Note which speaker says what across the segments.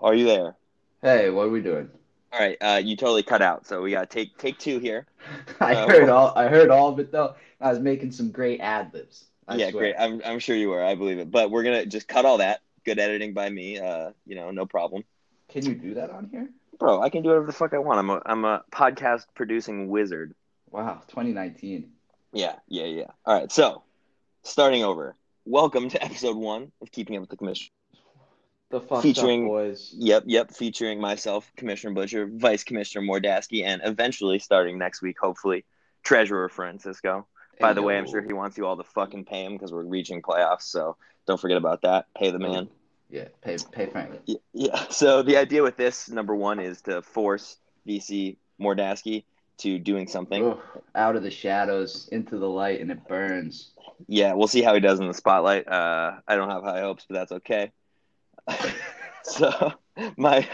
Speaker 1: Are you there?
Speaker 2: Hey, what are we doing?
Speaker 1: All right, uh, you totally cut out, so we gotta take take two here.
Speaker 2: I
Speaker 1: Uh,
Speaker 2: heard all. I heard all of it though. I was making some great ad libs. I
Speaker 1: yeah, great.
Speaker 2: swear.
Speaker 1: I'm I'm sure you were. I believe it. But we're gonna just cut all that. Good editing by me. Uh, you know, no problem,
Speaker 2: Can you do that on here?
Speaker 1: bro. I can do whatever the fuck I want. I'm a I'm a podcast producing wizard.
Speaker 2: Wow, 2019.
Speaker 1: Yeah, yeah, yeah. All right, so starting over. Welcome to episode one of Keeping Up with the Commission.
Speaker 2: The fuck
Speaker 1: Featuring-
Speaker 2: up boys.
Speaker 1: Yep, yep. Featuring myself, Commissioner Butcher, Vice Commissioner Mordasky, and eventually, starting next week, hopefully, Treasurer Francisco. By the way, I'm
Speaker 2: Ayo.
Speaker 1: sure he wants you all to fucking pay him because we're reaching playoffs. So don't forget about that. Pay the man.
Speaker 2: Yeah, pay pay Frank.
Speaker 1: Y- Yeah. So the idea with this number one is to force VC Mordasky to doing something.
Speaker 2: Ugh, out of the shadows, into the light, and it burns.
Speaker 1: Yeah, we'll see how he does in the spotlight. Uh, I don't have high hopes, but that's okay. so my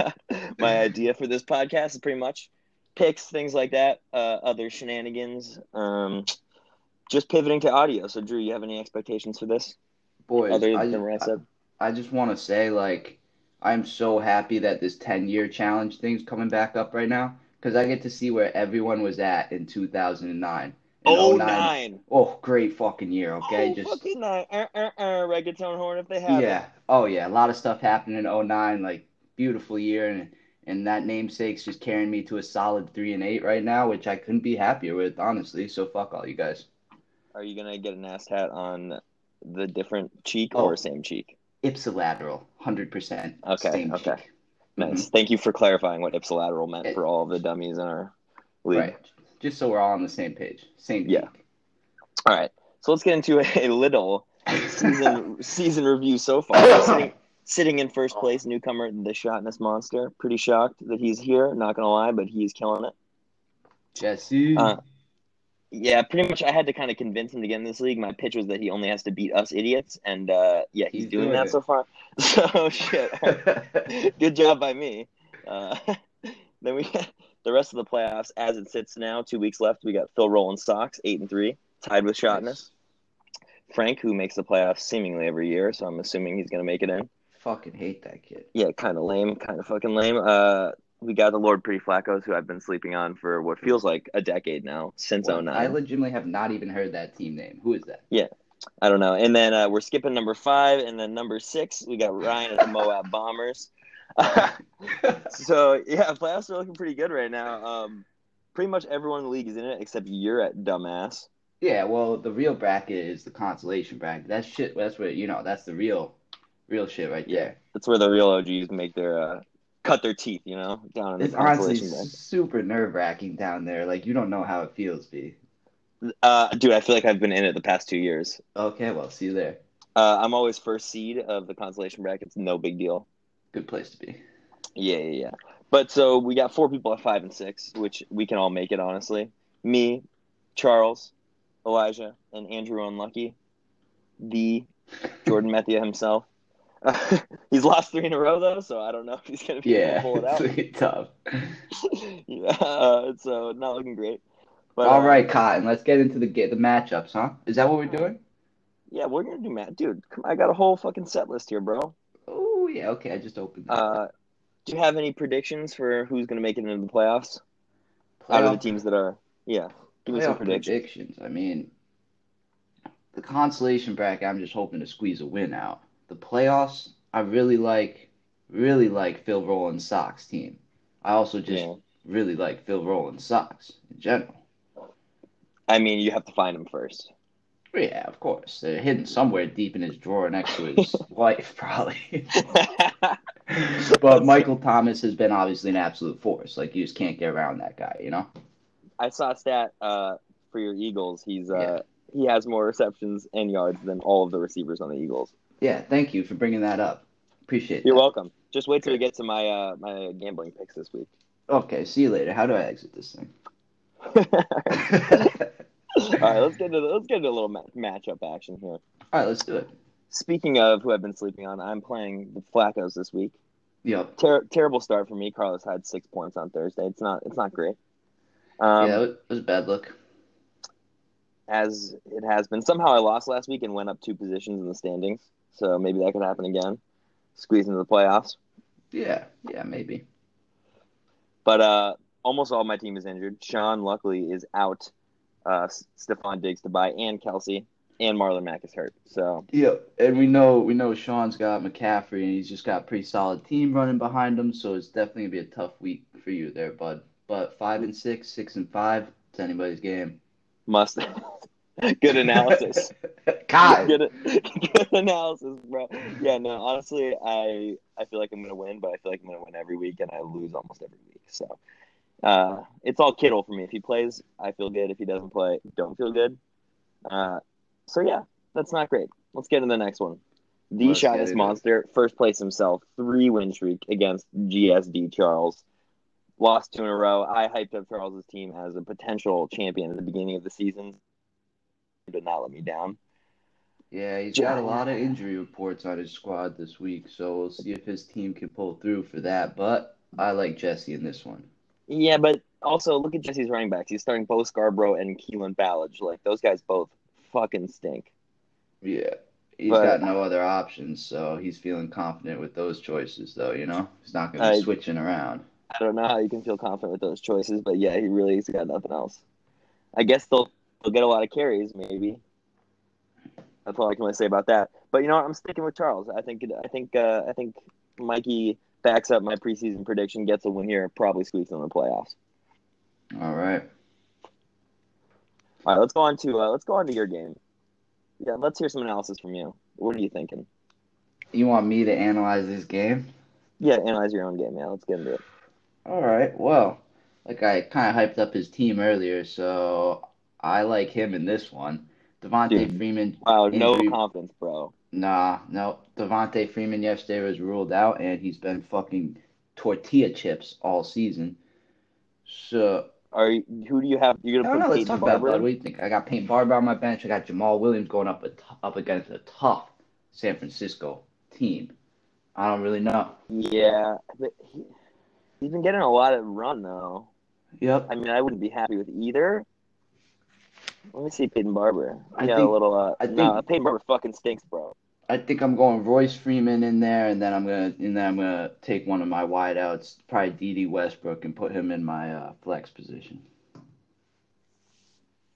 Speaker 1: my idea for this podcast is pretty much picks, things like that, uh, other shenanigans. Um, just pivoting to audio. So Drew, you have any expectations for this?
Speaker 2: Boys,
Speaker 1: Other
Speaker 2: I,
Speaker 1: than what I said.
Speaker 2: I just want to say, like, I'm so happy that this 10 year challenge thing's coming back up right now because I get to see where everyone was at in 2009. And
Speaker 1: Oh
Speaker 2: 09
Speaker 1: nine.
Speaker 2: Oh, great fucking year, okay?
Speaker 1: Oh,
Speaker 2: just
Speaker 1: fucking nine. Uh, uh, uh, reggaeton horn if they have it.
Speaker 2: yeah. Oh yeah, a lot of stuff happened in 09, like beautiful year and and that namesake's just carrying me to a solid 3 and 8 right now, which I couldn't be happier with, honestly. So fuck all you guys.
Speaker 1: Are you gonna get an ass hat on the different cheek
Speaker 2: Oh.
Speaker 1: or same cheek?
Speaker 2: Ipsilateral, 100%.
Speaker 1: Okay,
Speaker 2: same
Speaker 1: okay.
Speaker 2: cheek. Mm-hmm.
Speaker 1: Nice. Thank you for clarifying what ipsilateral meant for all the dummies in our league.
Speaker 2: Right. Just so we're all on the same page. Same
Speaker 1: Yeah. All right. So let's get into a, a little
Speaker 2: cheek.
Speaker 1: season season review so far. sitting, sitting in first place, newcomer the Shotness Monster. Pretty shocked that he's here. Not gonna lie, but he's killing it.
Speaker 2: Jesse.
Speaker 1: Uh, Yeah, pretty much. I had to kind of convince him to get in this league. My pitch was that he only has to beat us idiots, and uh, yeah, he's,
Speaker 2: He's
Speaker 1: doing,
Speaker 2: doing
Speaker 1: that
Speaker 2: it.
Speaker 1: so far. So shit, good job by me. Uh, then we the rest of the playoffs as it sits now. Two weeks left. We got Phil Rollins Sox eight and three, tied with Shotness. Frank, who makes the playoffs seemingly every year, so I'm assuming he's going to make it in.
Speaker 2: Fucking hate that kid.
Speaker 1: Yeah, kind of lame, kind of fucking lame. Uh, we got the Lord Pretty Flacco's, who I've been sleeping on for what feels like a decade now, since
Speaker 2: What?
Speaker 1: 09.
Speaker 2: I legitimately have not even heard that team name. Who is that?
Speaker 1: I don't know. And then uh, we're skipping number five, and then number six, we got Ryan at the Moab Bombers. so yeah, playoffs are looking pretty good right now. Um, pretty much everyone in the league is in it except you're at dumbass.
Speaker 2: yeah, well, the real bracket is the consolation bracket. That shit. That's where you know. That's the real, real shit right
Speaker 1: Yeah,
Speaker 2: there.
Speaker 1: That's where the real OGs make their uh, cut their teeth, you know, down in the
Speaker 2: It's honestly
Speaker 1: consolation bracket.
Speaker 2: super nerve wracking down there. Like you don't know how it feels, B.
Speaker 1: Uh, dude, I feel like I've been in it the past two years.
Speaker 2: Okay, well, see you there.
Speaker 1: Uh, I'm always first seed of the consolation brackets. No big deal.
Speaker 2: Good place to be.
Speaker 1: Yeah, yeah, yeah. But so we got four people at five and six, which we can all make it, honestly. Me, Charles, Elijah, and Andrew Unlucky, the Jordan Methia himself. he's lost three in a row, though, so I don't know if he's going to be
Speaker 2: Yeah,
Speaker 1: able to pull it out.
Speaker 2: it's tough.
Speaker 1: yeah, uh, so not looking great. But,
Speaker 2: All
Speaker 1: uh,
Speaker 2: right, Cotton. Let's get into the ga- the matchups, huh? Is that what we're doing?
Speaker 1: yeah, we're going to do Matt. Dude, come, I got a whole fucking set list here, bro.
Speaker 2: Oh yeah. Okay, I just opened. that.
Speaker 1: Uh, do you have any predictions for who's going to make it into the playoffs out of the
Speaker 2: Playoff-
Speaker 1: teams that are? Yeah, give me
Speaker 2: Playoff
Speaker 1: some predictions.
Speaker 2: predictions. I mean, the consolation bracket. I'm just hoping to squeeze a win out. The playoffs. I really like, really like Phil Rollins Sox team. I also just
Speaker 1: Yeah.
Speaker 2: really like Phil Rollins Sox in general.
Speaker 1: I mean, you have to find him first.
Speaker 2: Yeah, of course. They're hidden somewhere deep in his drawer next to his wife, probably. but Michael Thomas has been obviously an absolute force. Like you just can't get around that guy, you know.
Speaker 1: I saw a stat uh, for your Eagles. He's uh,
Speaker 2: Yeah.
Speaker 1: he has more receptions and yards than all of the receivers on the Eagles.
Speaker 2: Yeah. Thank you for bringing that up. Appreciate
Speaker 1: You're
Speaker 2: that.
Speaker 1: welcome. Just wait till we get to my uh, my gambling picks this week.
Speaker 2: Okay. See you later. How do I exit this thing?
Speaker 1: all
Speaker 2: All right,
Speaker 1: right, let's get into let's get into a little ma- matchup action here.
Speaker 2: let's do it.
Speaker 1: Speaking of who I've been sleeping on, I'm playing the Flacco's this week.
Speaker 2: Yep.
Speaker 1: Ter- terrible start for me. Carlos had six points on Thursday. It's not it's not great. Um,
Speaker 2: yeah, it was a bad look.
Speaker 1: as it has been. Somehow I lost last week and went up two positions in the standings, so maybe that could happen again. Squeeze into the playoffs.
Speaker 2: Yeah, yeah, maybe.
Speaker 1: But uh, almost all my team is injured. Sean, luckily, is out. Uh, Stephon Diggs to buy and Kelsey and Marlon Mack is hurt. So
Speaker 2: Yeah, and we know we know Sean's got McCaffrey, and he's just got a pretty solid team running behind him. So it's definitely gonna be a tough week for you there, bud. But five and six, six and five, it's anybody's game.
Speaker 1: must good analysis.
Speaker 2: Kai,
Speaker 1: good, good analysis, bro. Yeah, no, honestly, I I feel like I'm gonna win, but I feel like I'm gonna win every week, and I lose almost every week. So uh, it's all Kittle for me. If he plays, I feel good. If he doesn't play, don't feel good. Uh, so yeah, that's not great. Let's get in the next one. The
Speaker 2: Let's get
Speaker 1: shyness
Speaker 2: it.
Speaker 1: monster, first place himself, three win streak against GSD Charles. Lost two in a row. I hyped up Charles's team as a potential champion at the beginning of the season. Did not let me down.
Speaker 2: yeah, he's got a lot of injury reports on his squad this week, so we'll see if his team can pull through for that. But I like Jesse in this one.
Speaker 1: Yeah, but also look at Jesse's running backs. He's starting Bo Scarborough and Keelan Ballage. Like those guys both fucking stink.
Speaker 2: Yeah. he's
Speaker 1: But-
Speaker 2: got no other options, so he's feeling confident with those choices, though. You know, he's not going to
Speaker 1: I-
Speaker 2: be switching around.
Speaker 1: I don't know how you can feel confident with those choices, but yeah, he really has got nothing else. I guess they'll they'll get a lot of carries, maybe. That's all I can really say about that. But you know what? I'm sticking with Charles. I think I think uh, I think Mikey backs up my preseason prediction, gets a win here, probably squeaks in the playoffs.
Speaker 2: All right.
Speaker 1: All right, let's go on to uh, let's go on to your game. Yeah, let's hear some analysis from you. What are you thinking?
Speaker 2: You want me to analyze this game?
Speaker 1: Yeah, analyze your own game, man. Let's get into it.
Speaker 2: All right. Well, like I kind of hyped up his team earlier, so I like him in this one. Devontae
Speaker 1: Dude.
Speaker 2: Freeman.
Speaker 1: Wow, no
Speaker 2: Injury-
Speaker 1: confidence, bro.
Speaker 2: Nah, no. Devontae Freeman yesterday was ruled out, and he's been fucking tortilla chips all season. So
Speaker 1: Are you, who do you have? You're
Speaker 2: I
Speaker 1: gonna
Speaker 2: don't know.
Speaker 1: put
Speaker 2: Let's
Speaker 1: Peyton
Speaker 2: talk about
Speaker 1: Barber.
Speaker 2: Bud. What
Speaker 1: in?
Speaker 2: do you think? I got Peyton Barber on my bench. I got Jamal Williams going up a t- up against a tough San Francisco team. I don't really know.
Speaker 1: Yeah, but he, he's been getting a lot of run though.
Speaker 2: Yep.
Speaker 1: I mean, I wouldn't be happy with either. Let me see Peyton Barber.
Speaker 2: I
Speaker 1: He got a
Speaker 2: think-
Speaker 1: little. Uh,
Speaker 2: I
Speaker 1: no,
Speaker 2: think-
Speaker 1: Peyton Barber fucking stinks, bro.
Speaker 2: I think I'm going Royce Freeman in there, and then I'm gonna and then I'm gonna take one of my wideouts, probably DD Westbrook, and put him in my uh, flex position.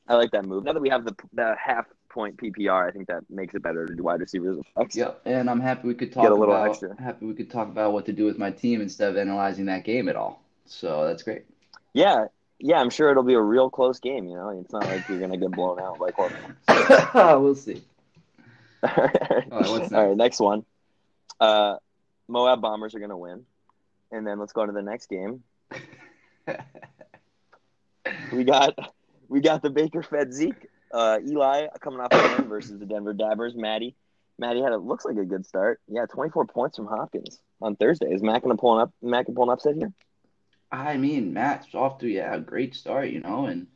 Speaker 1: I like that move. Now that we have the the half point PPR, I think that makes it better to do wide receivers.
Speaker 2: Yep. And I'm happy we could talk
Speaker 1: a little
Speaker 2: about
Speaker 1: extra.
Speaker 2: happy we could talk about what to do with my team instead of analyzing that game at all. So that's great.
Speaker 1: Yeah, yeah. I'm sure it'll be a real close game. You know, it's not like you're gonna get blown out by Corbin.
Speaker 2: we'll see.
Speaker 1: All right,
Speaker 2: All right, what's
Speaker 1: All right, next one. Uh, Moab Bombers are going to win. And then let's go to the next game. we got we got the Baker Fed Zeke. Uh, Eli coming off a win versus the Denver Divers. Maddie. Maddie had it looks like a good start. Yeah, 24 points from Hopkins on Thursday. Is Matt going to pull an up Matt can pull an upset here?
Speaker 2: I mean, Matt's off to yeah, a great start, you know, and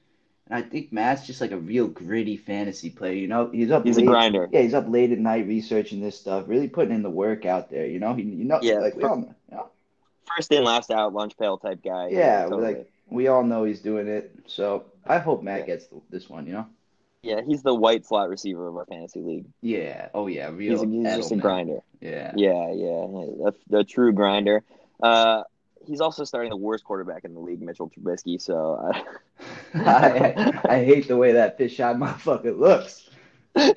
Speaker 2: and I think Matt's just like a real gritty fantasy player, you know. He's up
Speaker 1: He's a
Speaker 2: late.
Speaker 1: grinder.
Speaker 2: Yeah, he's up late at night researching this stuff, really putting in the work out there. You know, he, you know,
Speaker 1: Yeah.
Speaker 2: like we all know. you know?
Speaker 1: First in, last out, lunch pail type guy.
Speaker 2: yeah,
Speaker 1: totally.
Speaker 2: like we all know he's doing it. So I hope Matt
Speaker 1: Yeah.
Speaker 2: gets the, this one. You know.
Speaker 1: yeah, he's the white slot receiver of our fantasy league.
Speaker 2: Yeah. Oh yeah. Real.
Speaker 1: He's, a, he's just a
Speaker 2: Edelman.
Speaker 1: grinder.
Speaker 2: Yeah.
Speaker 1: Yeah, yeah, yeah. A, the true grinder. Uh, he's also starting the worst quarterback in the league, Mitchell Trubisky. So uh, I,
Speaker 2: I, I, I hate the way that fish eye motherfucker looks.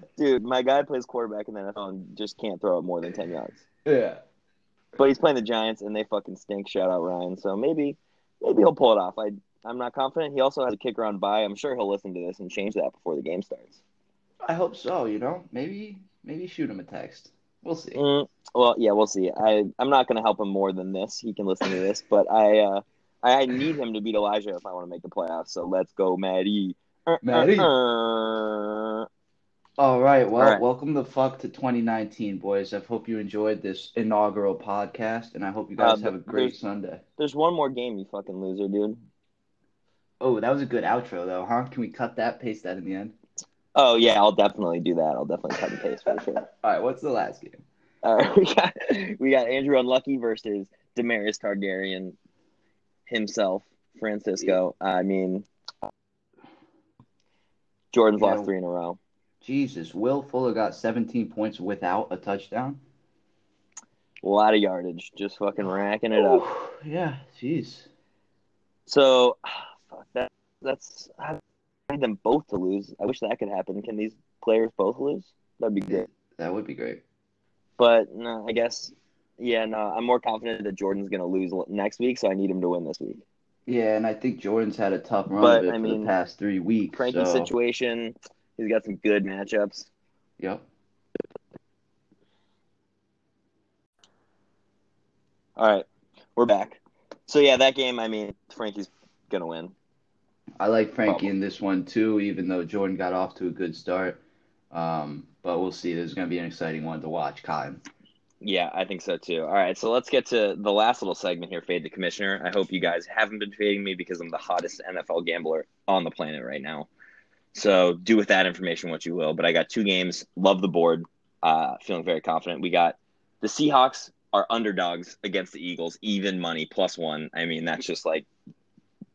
Speaker 1: dude, my guy plays quarterback in the NFL and just can't throw it more than ten yards.
Speaker 2: yeah.
Speaker 1: But he's playing the Giants and they fucking stink. Shout out Ryan. So maybe, maybe he'll pull it off. I, I'm not confident. He also has a kicker on bye. I'm sure he'll listen to this and change that before the game starts.
Speaker 2: I hope so. You know, maybe maybe shoot him a text. We'll see.
Speaker 1: Mm, well, yeah, we'll see. I, I'm not going to help him more than this. He can listen to this, but I, uh, I I need him to beat Elijah if I want to make the playoffs. So let's go, Maddie. Uh, uh,
Speaker 2: Maddie.
Speaker 1: uh.
Speaker 2: All right. Well,
Speaker 1: All right.
Speaker 2: welcome the fuck to 2019, boys. I hope you enjoyed this inaugural podcast, and I hope you
Speaker 1: Uh,
Speaker 2: guys have a
Speaker 1: but
Speaker 2: great
Speaker 1: there's-
Speaker 2: Sunday.
Speaker 1: There's one more game, you fucking loser, dude.
Speaker 2: Oh, that was a good outro, though, huh? Can we cut that, paste that in the end?
Speaker 1: Oh yeah, I'll definitely do that. I'll definitely cut and paste for sure.
Speaker 2: All right. What's the last game?
Speaker 1: All right, we got we got Andrew Unlucky versus Damaris Targaryen himself, Francisco. I mean, Jordan's
Speaker 2: Yeah.
Speaker 1: lost three in a row.
Speaker 2: Jesus, Will Fuller got 17 points without a touchdown.
Speaker 1: A lot of yardage, just fucking racking it up.
Speaker 2: Ooh, yeah, jeez.
Speaker 1: So, fuck that. That's I need them both to lose. I wish that could happen. Can these players both lose? That'd be good.
Speaker 2: That would be great.
Speaker 1: But no, I guess. Yeah, no, I'm more confident that Jordan's gonna lose l- next week, so I need him to win this week.
Speaker 2: Yeah, and I think Jordan's had a tough run
Speaker 1: But,
Speaker 2: of it
Speaker 1: I
Speaker 2: for
Speaker 1: mean,
Speaker 2: the past three weeks.
Speaker 1: Frankie's
Speaker 2: so,
Speaker 1: situation, he's got some good matchups.
Speaker 2: Yep.
Speaker 1: All right, we're back. So yeah, that game. I mean, Frankie's gonna win.
Speaker 2: I like Frankie
Speaker 1: Problem.
Speaker 2: in this one too, even though Jordan got off to a good start. Um, but we'll see. This is going to be an exciting one to watch, Colin.
Speaker 1: Yeah, I think so too. All right, so let's get to the last little segment here, Fade the Commissioner. I hope you guys haven't been fading me because I'm the hottest NFL gambler on the planet right now. So do with that information what you will. But I got two games, love the board, uh, feeling very confident. We got the Seahawks are underdogs against the Eagles, even money, plus one. I mean, that's just like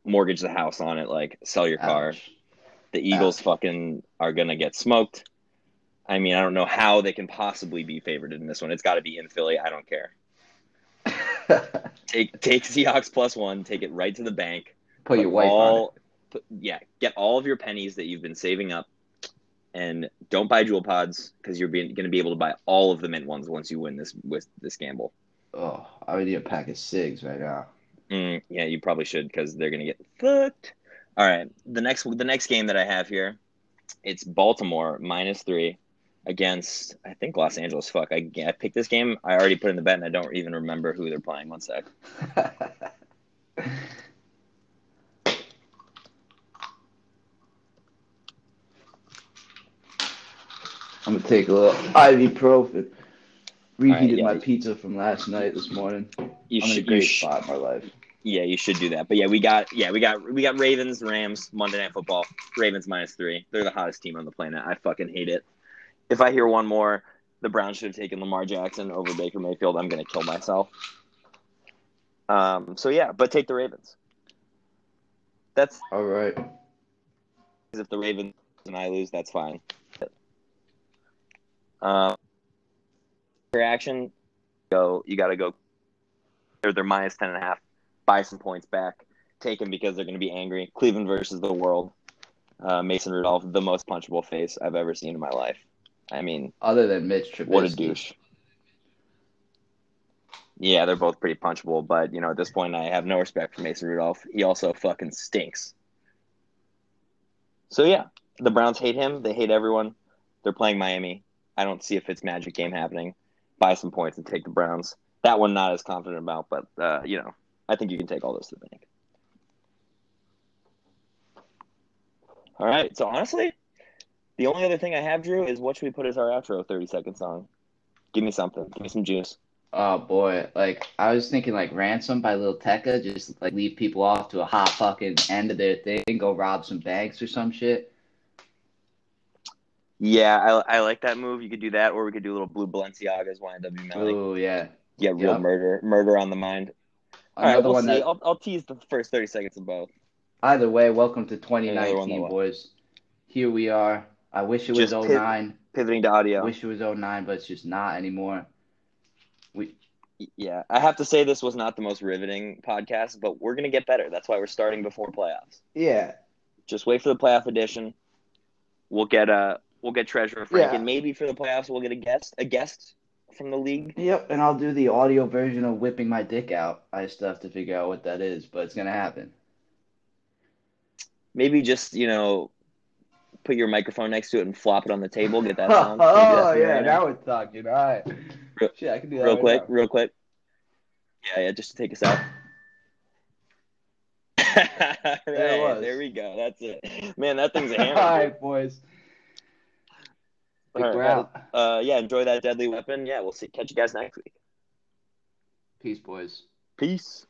Speaker 1: mortgage the house on it, like sell your car
Speaker 2: Ouch.
Speaker 1: the Eagles
Speaker 2: Ouch.
Speaker 1: fucking are gonna get smoked. I mean, I don't know how they can possibly be favored in this one. It's got to be in Philly. I don't care. Take take Seahawks plus one. Take it right to the bank.
Speaker 2: Put your wife on it.
Speaker 1: all, put- yeah, get all of your pennies that you've been saving up, and don't buy jewel pods because you're being, gonna be able to buy all of the mint ones once you win this with this gamble.
Speaker 2: Oh, I would need a pack of cigs right now.
Speaker 1: Mm, yeah, you probably should because they're gonna get fucked. All right, the next the next game that I have here, it's Baltimore minus three against I think Los Angeles. Fuck, I, I picked this game. I already put in the bet, and I don't even remember who they're playing. One sec.
Speaker 2: I'm gonna take a little ibuprofen. Reheated
Speaker 1: yeah.
Speaker 2: my pizza from last night this morning.
Speaker 1: You
Speaker 2: I'm in a
Speaker 1: should, you
Speaker 2: great
Speaker 1: sh-
Speaker 2: spot in my life.
Speaker 1: yeah, you should do that. But yeah, we got yeah we got we got Ravens Rams Monday Night Football. Ravens minus three. They're the hottest team on the planet. I fucking hate it. If I hear one more, the Browns should have taken Lamar Jackson over Baker Mayfield. I'm gonna kill myself. Um. So yeah, but take the Ravens. That's
Speaker 2: All right.
Speaker 1: if the Ravens and I lose, that's fine. Um, for action, go. You got to go. They're they're minus ten and a half. Buy some points back. Take them because they're going to be angry. Cleveland versus the world. Uh, Mason Rudolph, the most punchable face I've ever seen in my life. I mean,
Speaker 2: Other than Mitch Trubisky,
Speaker 1: what a douche. Yeah, they're both pretty punchable, but you know, at this point, I have no respect for Mason Rudolph. He also fucking stinks. So yeah, the Browns hate him. They hate everyone. They're playing Miami. I don't see if it's magic game happening. Buy some points and take the Browns. That one not as confident about, but uh, you know, I think you can take all those to the bank. All right. So honestly, the only other thing I have, Drew, is what should we put as our outro 30 second song? Give me something. Give me some juice.
Speaker 2: Oh boy, like I was thinking, like ransom by Lil Tecca, just like leave people off to a hot fucking end of their thing, go rob some banks or some shit.
Speaker 1: Yeah, I, I like that move. You could do that, or we could do a little blue Balenciagas YNW Melly.
Speaker 2: Oh yeah,
Speaker 1: Yeah, real
Speaker 2: yeah.
Speaker 1: murder, murder on the mind. All right,
Speaker 2: another
Speaker 1: we'll
Speaker 2: one
Speaker 1: see.
Speaker 2: that.
Speaker 1: I'll, I'll tease the first 30 seconds of both.
Speaker 2: Either way, welcome to
Speaker 1: Another one that
Speaker 2: 2019,
Speaker 1: wa-
Speaker 2: boys. Here we are. I wish it was
Speaker 1: Just pit-
Speaker 2: 09.
Speaker 1: Pivoting to
Speaker 2: I
Speaker 1: audio.
Speaker 2: wish it was 09, but it's just not anymore. We
Speaker 1: yeah, I have to say this was not the most riveting podcast, but we're going to get better. That's why we're starting before playoffs.
Speaker 2: yeah
Speaker 1: Just wait for the playoff edition. We'll get a we'll get Treasurer Frank,
Speaker 2: Yeah.
Speaker 1: and maybe for the playoffs we'll get a guest a guest from the league.
Speaker 2: yep. And I'll do the audio version of whipping my dick out. I still have to figure out what that is, but it's gonna happen.
Speaker 1: Maybe just you know, put your microphone next to it and flop it on the table. Get that
Speaker 2: oh
Speaker 1: sound. Can you do that for me
Speaker 2: yeah,
Speaker 1: right now?
Speaker 2: now we're talking. All right.
Speaker 1: Real-
Speaker 2: Shit, I can do that
Speaker 1: real
Speaker 2: right
Speaker 1: quick,
Speaker 2: now.
Speaker 1: real quick. Yeah, yeah, just to take us out. Right,
Speaker 2: There it was.
Speaker 1: there we go. That's it. Man, that thing's a hammer.
Speaker 2: All right, boys.
Speaker 1: All right,
Speaker 2: we're
Speaker 1: well,
Speaker 2: out.
Speaker 1: uh, yeah, enjoy that deadly weapon. Yeah, we'll see. Catch you guys next week.
Speaker 2: Peace, boys.
Speaker 1: Peace.